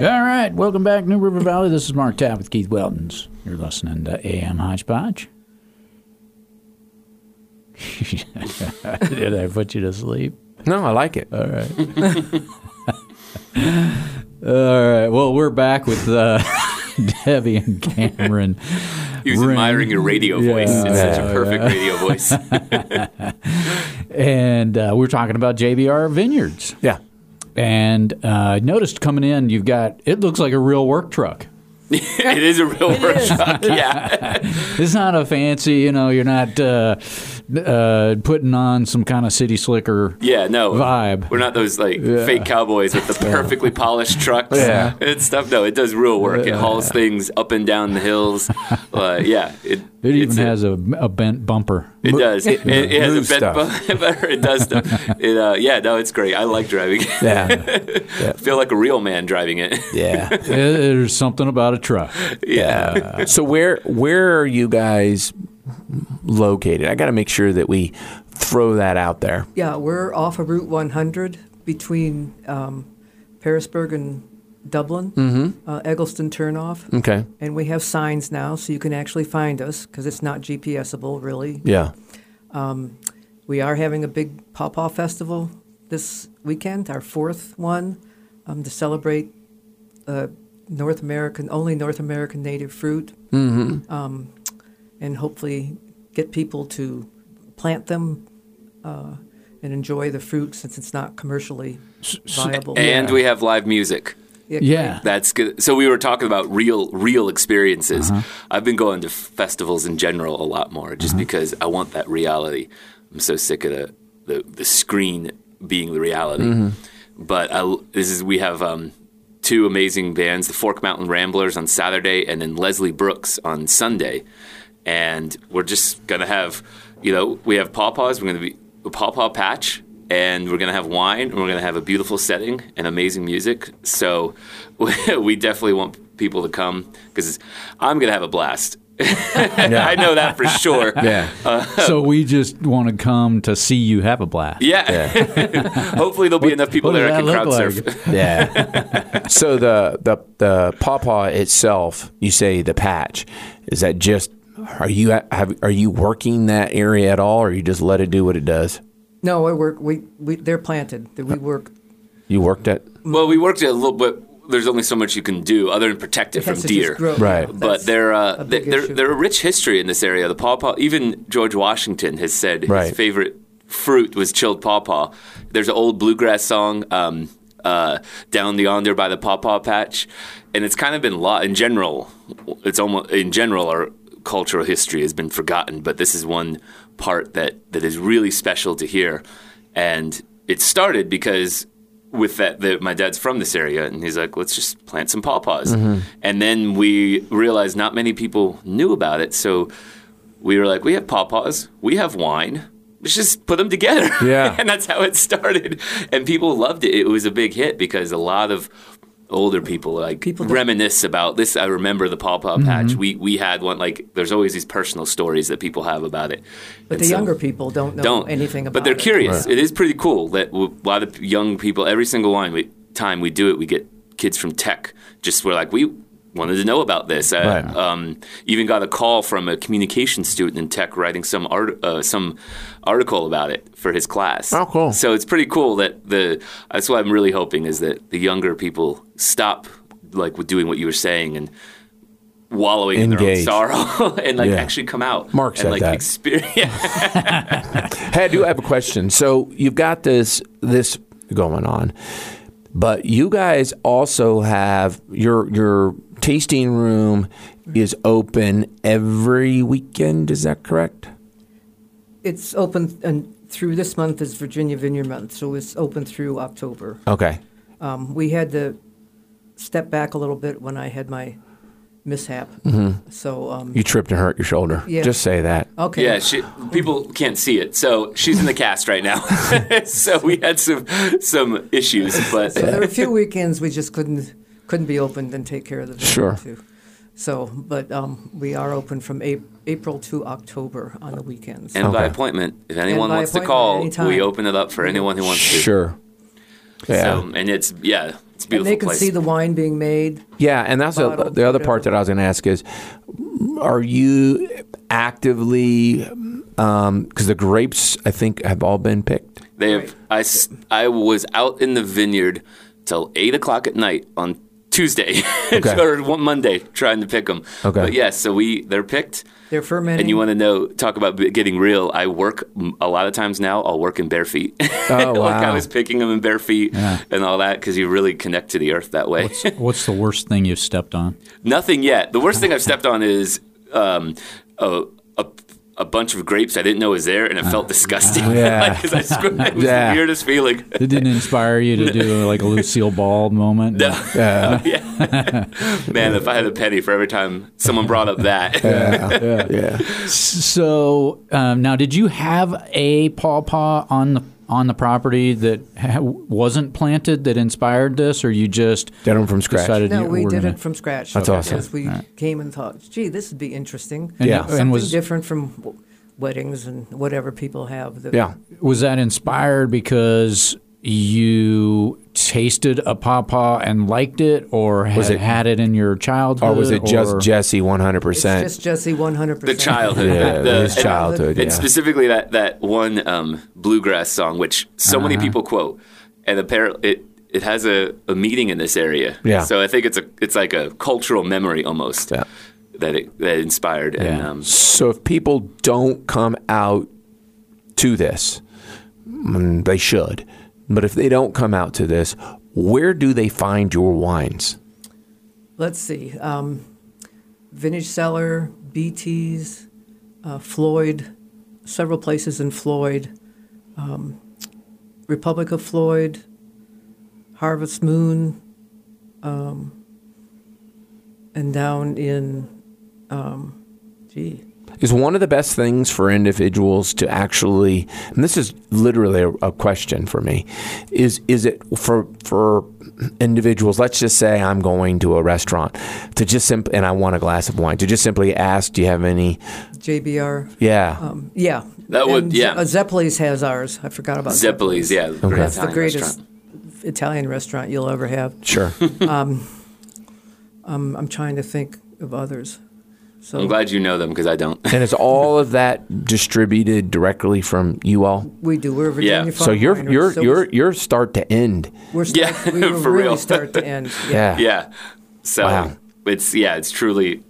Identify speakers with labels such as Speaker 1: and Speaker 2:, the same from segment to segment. Speaker 1: All right, welcome back, New River Valley. This is Mark Tapp with Keith Weldons. You're listening to AM Hodgepodge. Did I put you to sleep?
Speaker 2: No, I like it.
Speaker 1: All right, well, we're back with uh, Debbie and Cameron.
Speaker 3: He was
Speaker 1: Ring.
Speaker 3: admiring your radio voice.
Speaker 1: Yeah.
Speaker 3: it's such a perfect radio voice.
Speaker 1: and uh, we're talking about JBR Vineyards.
Speaker 2: yeah.
Speaker 1: And uh, I noticed coming in, you've got, it looks like a real work truck.
Speaker 3: it is a real workshop. Yeah.
Speaker 1: It's not a fancy, you know, you're not uh, uh, putting on some kind of city slicker.
Speaker 3: Yeah, no.
Speaker 1: Vibe.
Speaker 3: We're not those like fake cowboys with the perfectly polished trucks
Speaker 2: Yeah.
Speaker 3: and stuff. No, it does real work. It hauls things up and down the hills. Uh, yeah. It,
Speaker 1: It
Speaker 3: it's
Speaker 1: even
Speaker 3: a-
Speaker 1: has a, a bent bumper.
Speaker 3: It does. It, it, it has
Speaker 2: Move
Speaker 3: a bed
Speaker 2: stuff.
Speaker 3: bumper. it does stuff. It, uh, yeah, no, it's great. I like driving.
Speaker 2: Yeah.
Speaker 3: I feel like a real man driving it.
Speaker 2: yeah.
Speaker 1: Uh, There's something about a truck.
Speaker 3: Yeah.
Speaker 2: So where where are you guys located? I got to make sure that we throw that out there.
Speaker 4: Yeah, we're off of Route 100 between um, Parisburg and Dublin, uh, Eggleston turnoff.
Speaker 2: Okay.
Speaker 4: And we have signs now, so you can actually find us because it's not GPSable, really.
Speaker 2: Yeah.
Speaker 4: We are having a big pawpaw festival this weekend, our fourth one, um, to celebrate uh, North American, only North American native fruit, mm-hmm. um, and hopefully get people to plant them uh, and enjoy the fruit since it's not commercially viable.
Speaker 3: And we have live music.
Speaker 4: Yeah,
Speaker 1: Yeah.
Speaker 3: That's good. So we were talking about real, real experiences. I've been going to festivals in general a lot more, just because I want that reality. I'm so sick of the the, the screen being the reality. But I, this is we have um, two amazing bands: the Fork Mountain Ramblers on Saturday, and then Leslie Brooks on Sunday. And we're just gonna have, you know, we have pawpaws. We're gonna be a pawpaw patch and we're gonna have wine, and we're gonna have a beautiful setting and amazing music. So we definitely want people to come because I'm gonna have a blast. I know that for sure.
Speaker 2: Yeah.
Speaker 3: Uh,
Speaker 1: So we just want to come to see you have a blast.
Speaker 3: Yeah. Hopefully there'll be enough people
Speaker 1: what
Speaker 3: there
Speaker 1: does
Speaker 3: I can
Speaker 1: that
Speaker 3: crowd
Speaker 1: look
Speaker 3: surf.
Speaker 2: yeah. so the the the pawpaw itself, you say the patch, is that just are you have are you working that area at all, or you just let it do what it does?
Speaker 4: No, we work. We, we they're planted. We work.
Speaker 2: You worked it.
Speaker 3: well, we worked it a little bit. There's only so much you can do other than protect it
Speaker 4: It has
Speaker 3: from
Speaker 4: to
Speaker 3: deer.
Speaker 4: just grow.
Speaker 2: Right.
Speaker 3: but
Speaker 4: That's
Speaker 3: they're uh,
Speaker 4: a
Speaker 3: they,
Speaker 4: big
Speaker 3: they're
Speaker 4: issue.
Speaker 3: they're a rich history in this area. The pawpaw, even George Washington has said
Speaker 2: Right.
Speaker 3: his favorite fruit was chilled pawpaw. There's an old bluegrass song, um, uh, "Down the Yonder" by the Pawpaw Patch, and it's kind of been lo- in general. It's almost in general our cultural history has been forgotten, but this is one part that that is really special to hear, and it started because with that, that my dad's from this area, and he's like, let's just plant some pawpaws. And then we realized not many people knew about it, so we were like, we have pawpaws, we have wine. Let's just put them together.
Speaker 2: Yeah.
Speaker 3: and that's how it started. And people loved it. It was a big hit because a lot of older people like
Speaker 4: People don't-
Speaker 3: reminisce about this. I remember the pawpaw patch. We we had one like there's always these personal stories that people have about it.
Speaker 4: But
Speaker 3: And
Speaker 4: the
Speaker 3: so-
Speaker 4: younger people don't know
Speaker 3: don't
Speaker 4: anything about.
Speaker 3: But they're
Speaker 4: it.
Speaker 3: curious. It is pretty cool that w- a lot of young people every single wine we, time we do it, we get kids from tech. Just were like we wanted to know about this. I,
Speaker 2: Right.
Speaker 3: um, even got a call from a communication student in tech writing some art, uh, some article about it for his class.
Speaker 2: Oh, cool.
Speaker 3: So it's pretty cool that the that's what I'm really hoping is that the younger people stop like with doing what you were saying and wallowing
Speaker 2: Engage.
Speaker 3: in their own sorrow and like
Speaker 2: Yeah.
Speaker 3: actually come out
Speaker 2: Mark said
Speaker 3: and like
Speaker 2: that.
Speaker 3: experience
Speaker 2: Hey, I do have a question. So you've got this this going on, but you guys also have your your tasting room is open every weekend. Is that correct?
Speaker 4: It's open and through this month is Virginia Vineyard Month, so it's open through October.
Speaker 2: Okay.
Speaker 4: Um, we had to step back a little bit when I had my mishap.
Speaker 3: Mm-hmm.
Speaker 4: So um,
Speaker 2: You tripped and hurt your shoulder.
Speaker 4: Yeah.
Speaker 2: Just say that.
Speaker 4: okay,
Speaker 3: Yeah, she, people can't see it, so she's in the cast right now. so we had some some issues, but
Speaker 4: So there were a few weekends we just couldn't couldn't be opened and take care of the vineyard
Speaker 2: Sure.
Speaker 4: too. So, but um, we are open from Ap- April to October on the weekends.
Speaker 3: and by
Speaker 2: Okay.
Speaker 3: appointment, if anyone
Speaker 4: by
Speaker 3: wants to
Speaker 4: appointment,
Speaker 3: call,
Speaker 4: anytime.
Speaker 3: we open it up for anyone who wants to.
Speaker 2: Sure. Yeah.
Speaker 3: So, and it's yeah, It's a
Speaker 4: And
Speaker 3: beautiful
Speaker 4: they can
Speaker 3: place.
Speaker 4: see the wine being made.
Speaker 2: Yeah, and that's the
Speaker 4: Bottle,
Speaker 2: the other part that I was going to ask is, are you actively? Because the grapes, I think, have all been picked.
Speaker 3: They have. I, s- I was out in the vineyard till eight o'clock at night on Tuesday
Speaker 2: Okay.
Speaker 3: or one Monday trying to pick them.
Speaker 2: Okay.
Speaker 3: But yes, so we they're picked.
Speaker 4: They're fermenting.
Speaker 3: And you want to know? Talk about b- getting real. I work mm, a lot of times now. I'll work in bare feet.
Speaker 2: Oh,
Speaker 3: like I
Speaker 2: wow.
Speaker 3: was picking them in bare feet and all that because you really connect to the earth that way.
Speaker 1: What's the worst thing you've stepped on?
Speaker 3: Nothing yet. The worst thing I've stepped on is um, a, a a bunch of grapes I didn't know was there, and it felt disgusting.
Speaker 2: Uh, yeah.
Speaker 3: Like, 'cause I swear, it was
Speaker 2: Yeah.
Speaker 3: the weirdest feeling.
Speaker 1: It didn't inspire you to do like a Lucille Ball moment.
Speaker 3: No.
Speaker 2: Yeah,
Speaker 3: Man, if I had a penny for every time someone brought up that.
Speaker 2: yeah.
Speaker 1: So um, now, did you have a pawpaw on the on the property that ha- wasn't planted that inspired this, or you just
Speaker 2: Did 'em from scratch.
Speaker 1: decided
Speaker 4: no,
Speaker 1: you
Speaker 4: we
Speaker 1: were
Speaker 4: did
Speaker 1: gonna-
Speaker 4: it from scratch.
Speaker 2: That's awesome.
Speaker 4: Because we came and thought, gee, this would be interesting.
Speaker 1: And,
Speaker 2: Yeah.
Speaker 1: and
Speaker 4: Something
Speaker 1: was
Speaker 4: different from w- weddings and whatever people have. that-
Speaker 2: Yeah.
Speaker 1: was that inspired because you tasted a pawpaw and liked it, or had
Speaker 2: Was it-
Speaker 1: had it in your childhood,
Speaker 2: Or was it just
Speaker 1: or-
Speaker 2: Jesse one hundred
Speaker 4: It's
Speaker 2: percent?
Speaker 4: just Jesse 100%.
Speaker 3: The childhood.
Speaker 2: Yeah,
Speaker 3: The-
Speaker 2: his childhood.
Speaker 3: And
Speaker 2: Yeah.
Speaker 3: specifically that that one um, bluegrass song, which so
Speaker 2: Uh-huh.
Speaker 3: many people quote, and apparently it it has a, a meaning in this area.
Speaker 2: Yeah.
Speaker 3: So I think it's a it's like a cultural memory almost
Speaker 2: Yeah.
Speaker 3: that it that inspired. And
Speaker 1: Yeah.
Speaker 3: um,
Speaker 2: So if people don't come out to this, mm, they should. But if they don't come out to this, where do they find your wines?
Speaker 4: Let's see. Um, vintage Cellar, BT's, uh, Floyd, several places in Floyd, um, Republic of Floyd, Harvest Moon, um, and down in, um, gee,
Speaker 2: is one of the best things for individuals to actually and this is literally a, a question for me is is it for for individuals let's just say i'm going to a restaurant to just simply and i want a glass of wine to just simply ask do you have any
Speaker 4: JBR.
Speaker 2: yeah
Speaker 4: Um, yeah.
Speaker 3: That would-
Speaker 4: And
Speaker 3: yeah.
Speaker 4: Uh, Zeppeli's has ours. I forgot about
Speaker 3: Zeppeli's, yeah. great
Speaker 4: That's the
Speaker 3: Italian
Speaker 4: greatest
Speaker 3: restaurant.
Speaker 4: Italian restaurant you'll ever have.
Speaker 2: sure
Speaker 4: Um, I'm trying to think of others. So
Speaker 3: I'm glad you know them because I don't.
Speaker 2: and is all of that distributed directly from you all
Speaker 4: We do. We're a Virginia
Speaker 3: Yeah.
Speaker 4: farm.
Speaker 2: so you're
Speaker 4: winery,
Speaker 2: you're
Speaker 4: so
Speaker 2: you're you're start to end
Speaker 4: We're start,
Speaker 3: Yeah,
Speaker 4: we were
Speaker 3: for
Speaker 4: really
Speaker 3: real.
Speaker 4: start to end. Yeah.
Speaker 2: yeah,
Speaker 4: E,
Speaker 3: yeah. So
Speaker 2: Wow.
Speaker 3: it's yeah, it's truly,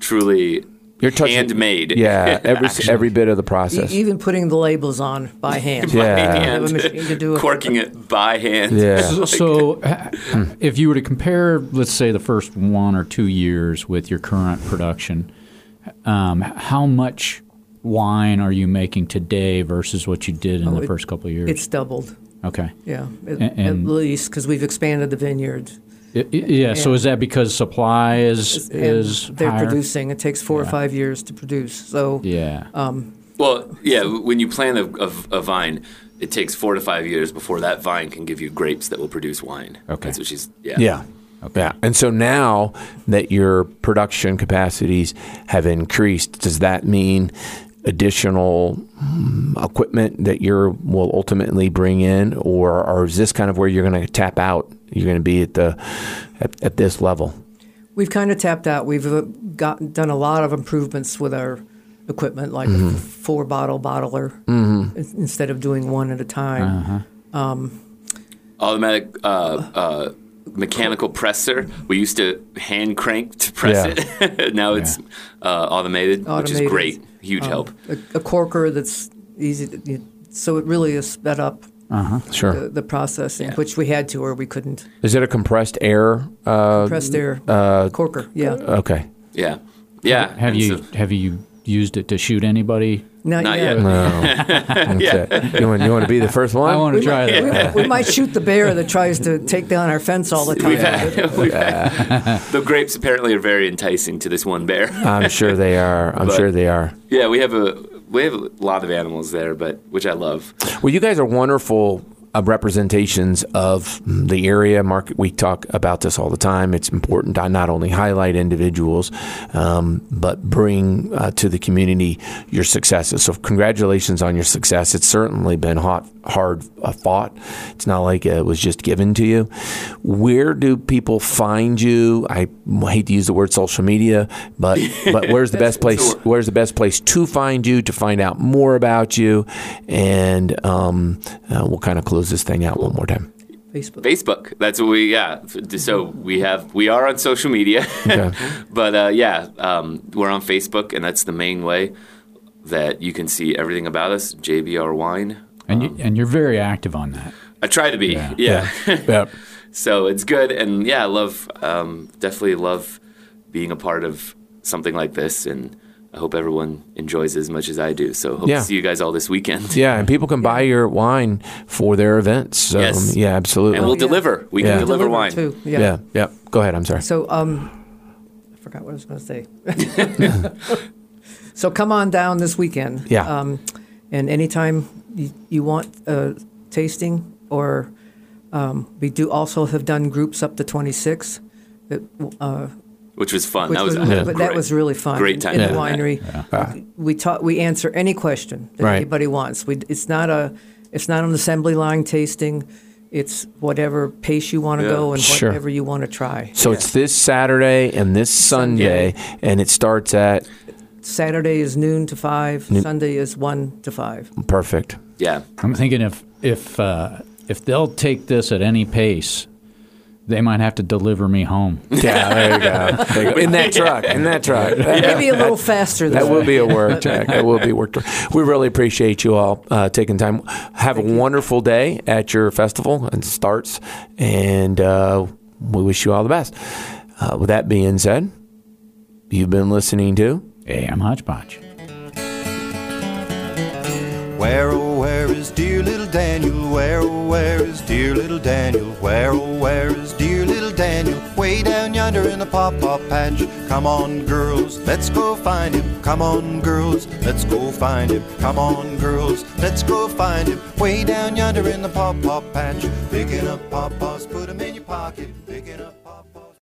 Speaker 3: truly
Speaker 2: You're touching-
Speaker 3: handmade.
Speaker 2: yeah every every bit of the
Speaker 4: E-
Speaker 2: process
Speaker 4: even putting the labels on by hand.
Speaker 2: Yeah.
Speaker 3: By
Speaker 2: I
Speaker 4: have a
Speaker 3: hand.
Speaker 4: machine to do it.
Speaker 3: Corking it by hand.
Speaker 2: yeah
Speaker 1: So, so ha- if you were to compare, let's say, the first one or two years with your current production, um, how much wine are you making today versus what you did in
Speaker 4: Oh,
Speaker 1: the
Speaker 4: it-
Speaker 1: first couple of years?
Speaker 4: It's doubled.
Speaker 1: okay.
Speaker 4: Yeah. At,
Speaker 1: A-
Speaker 4: at
Speaker 1: and-
Speaker 4: least because we've expanded the vineyard.
Speaker 1: I- I- yeah. So
Speaker 4: Yeah.
Speaker 1: is that because supply is
Speaker 4: and
Speaker 1: is
Speaker 4: they're
Speaker 1: higher?
Speaker 4: producing. It takes four or five years to produce. So
Speaker 1: Yeah.
Speaker 4: uh,
Speaker 3: Well, yeah, when you plant a, a, a vine, it takes four to five years before that vine can give you grapes that will produce wine.
Speaker 1: Okay.
Speaker 3: That's what she's, yeah.
Speaker 2: Yeah. Yeah. And so now that your production capacities have increased, does that mean additional mm, equipment that you're will ultimately bring in or, or is this kind of where you're going to tap out? You're going to be at the at, at this level.
Speaker 4: We've kind of tapped out. We've uh, got, done a lot of improvements with our equipment, like
Speaker 2: Mm-hmm.
Speaker 4: a four bottle bottler in- instead of doing one at a time.
Speaker 2: Uh-huh.
Speaker 4: Um,
Speaker 3: Automatic uh, uh, mechanical presser. We used to hand crank to press
Speaker 2: Yeah.
Speaker 3: it. now it's uh, automated, which
Speaker 4: Automated. Oh.
Speaker 3: is great. Huge help.
Speaker 4: A, a corker that's easy. To, you- so it really has sped up the,
Speaker 2: Sure.
Speaker 4: the processing,
Speaker 3: Yeah.
Speaker 4: which we had to or we couldn't.
Speaker 2: Is it a compressed air? Uh,
Speaker 4: Pressed air, corker, yeah.
Speaker 2: okay.
Speaker 3: Yeah. Yeah.
Speaker 1: have
Speaker 3: and
Speaker 1: you
Speaker 3: so-
Speaker 1: have you used it to shoot anybody?
Speaker 4: not,
Speaker 3: not
Speaker 4: yet.
Speaker 3: yet.
Speaker 2: That's it. You want, you want to be the first one?
Speaker 1: I want to try that.
Speaker 4: We, we might shoot the bear that tries to take down our fence all the time.
Speaker 3: We've had, we've had, the grapes apparently are very enticing to this one bear.
Speaker 2: I'm sure they are. I'm
Speaker 3: But-
Speaker 2: sure they are.
Speaker 3: Yeah, we have a we have a lot of animals there, but which I love.
Speaker 2: Well, you guys are wonderful uh, representations of the area. Mark, we talk about this all the time. It's important to not only highlight individuals, um, but bring uh, to the community your successes. So, congratulations on your success. It's certainly been hot, hard uh, fought. It's not like it was just given to you. Where do people find you? I hate to use the word social media, but but where's the best place? Where's the best place to find you to find out more about you? And um, uh, we'll kind of close this thing out one more time.
Speaker 4: Facebook.
Speaker 3: Facebook. That's what we yeah. So we have we are on social media,
Speaker 2: Okay.
Speaker 3: but uh, yeah, um, we're on Facebook, and that's the main way that you can see everything about us. JBR Wine.
Speaker 1: And, you, and you're very active on that.
Speaker 3: I try to be yeah.
Speaker 2: Yep.
Speaker 3: so it's good and yeah i love um, definitely love being a part of something like this and i hope everyone enjoys it as much as i do so hope
Speaker 2: Yeah.
Speaker 3: to see you guys all this weekend
Speaker 2: Yeah, and people can buy your wine for their events. So,
Speaker 3: Yes.
Speaker 2: Yeah, absolutely.
Speaker 3: and we'll
Speaker 4: Oh, yeah.
Speaker 3: deliver we
Speaker 2: Yeah.
Speaker 3: can deliver,
Speaker 4: Deliver
Speaker 3: wine
Speaker 4: too.
Speaker 2: yeah. yeah, Go ahead. I'm sorry.
Speaker 4: So, um, I forgot what I was going to say. so come on down this weekend.
Speaker 2: Yeah.
Speaker 4: Um, and anytime you, you want uh, tasting, or um, we do also have done groups up to 26. That, uh,
Speaker 3: which was fun
Speaker 4: which
Speaker 3: that was,
Speaker 4: was,
Speaker 3: uh,
Speaker 4: but that
Speaker 3: great.
Speaker 4: was really fun.
Speaker 3: Great time
Speaker 4: in
Speaker 3: doing
Speaker 4: the
Speaker 3: that.
Speaker 4: winery. We taught, we answer any question that
Speaker 2: Right.
Speaker 4: anybody wants. We it's not a it's not an assembly line tasting. It's whatever pace you want to
Speaker 3: Yeah.
Speaker 4: go and
Speaker 2: Sure.
Speaker 4: whatever you want to try.
Speaker 2: So it's this Saturday and this Sunday, and it starts at
Speaker 4: Saturday is noon to five. Sunday is one to five.
Speaker 2: perfect.
Speaker 3: yeah
Speaker 1: I'm thinking if if uh, if they'll take this at any pace, they might have to deliver me home.
Speaker 2: Yeah, there you go. There you go. In that truck, in that truck.
Speaker 4: Maybe a little faster.
Speaker 2: That
Speaker 4: this
Speaker 2: will
Speaker 4: way.
Speaker 2: be a work check. That will be a work check. We really appreciate you all uh, taking time. Have a wonderful day at your festival and starts, and uh, we wish you all the best. Uh, with that being said, you've been listening to.
Speaker 1: Hey, I'm hodgepodge.
Speaker 5: Where, oh, where is dear little Daniel? Where, oh, where is dear little Daniel? Where, oh, where is dear little Daniel? Way down yonder in the pawpaw patch. Come on, girls, let's go find him. Come on, girls, let's go find him. Come on, girls, let's go find him. Way down yonder in the pawpaw patch. Picking up pawpaws, put 'em in your pocket. Picking up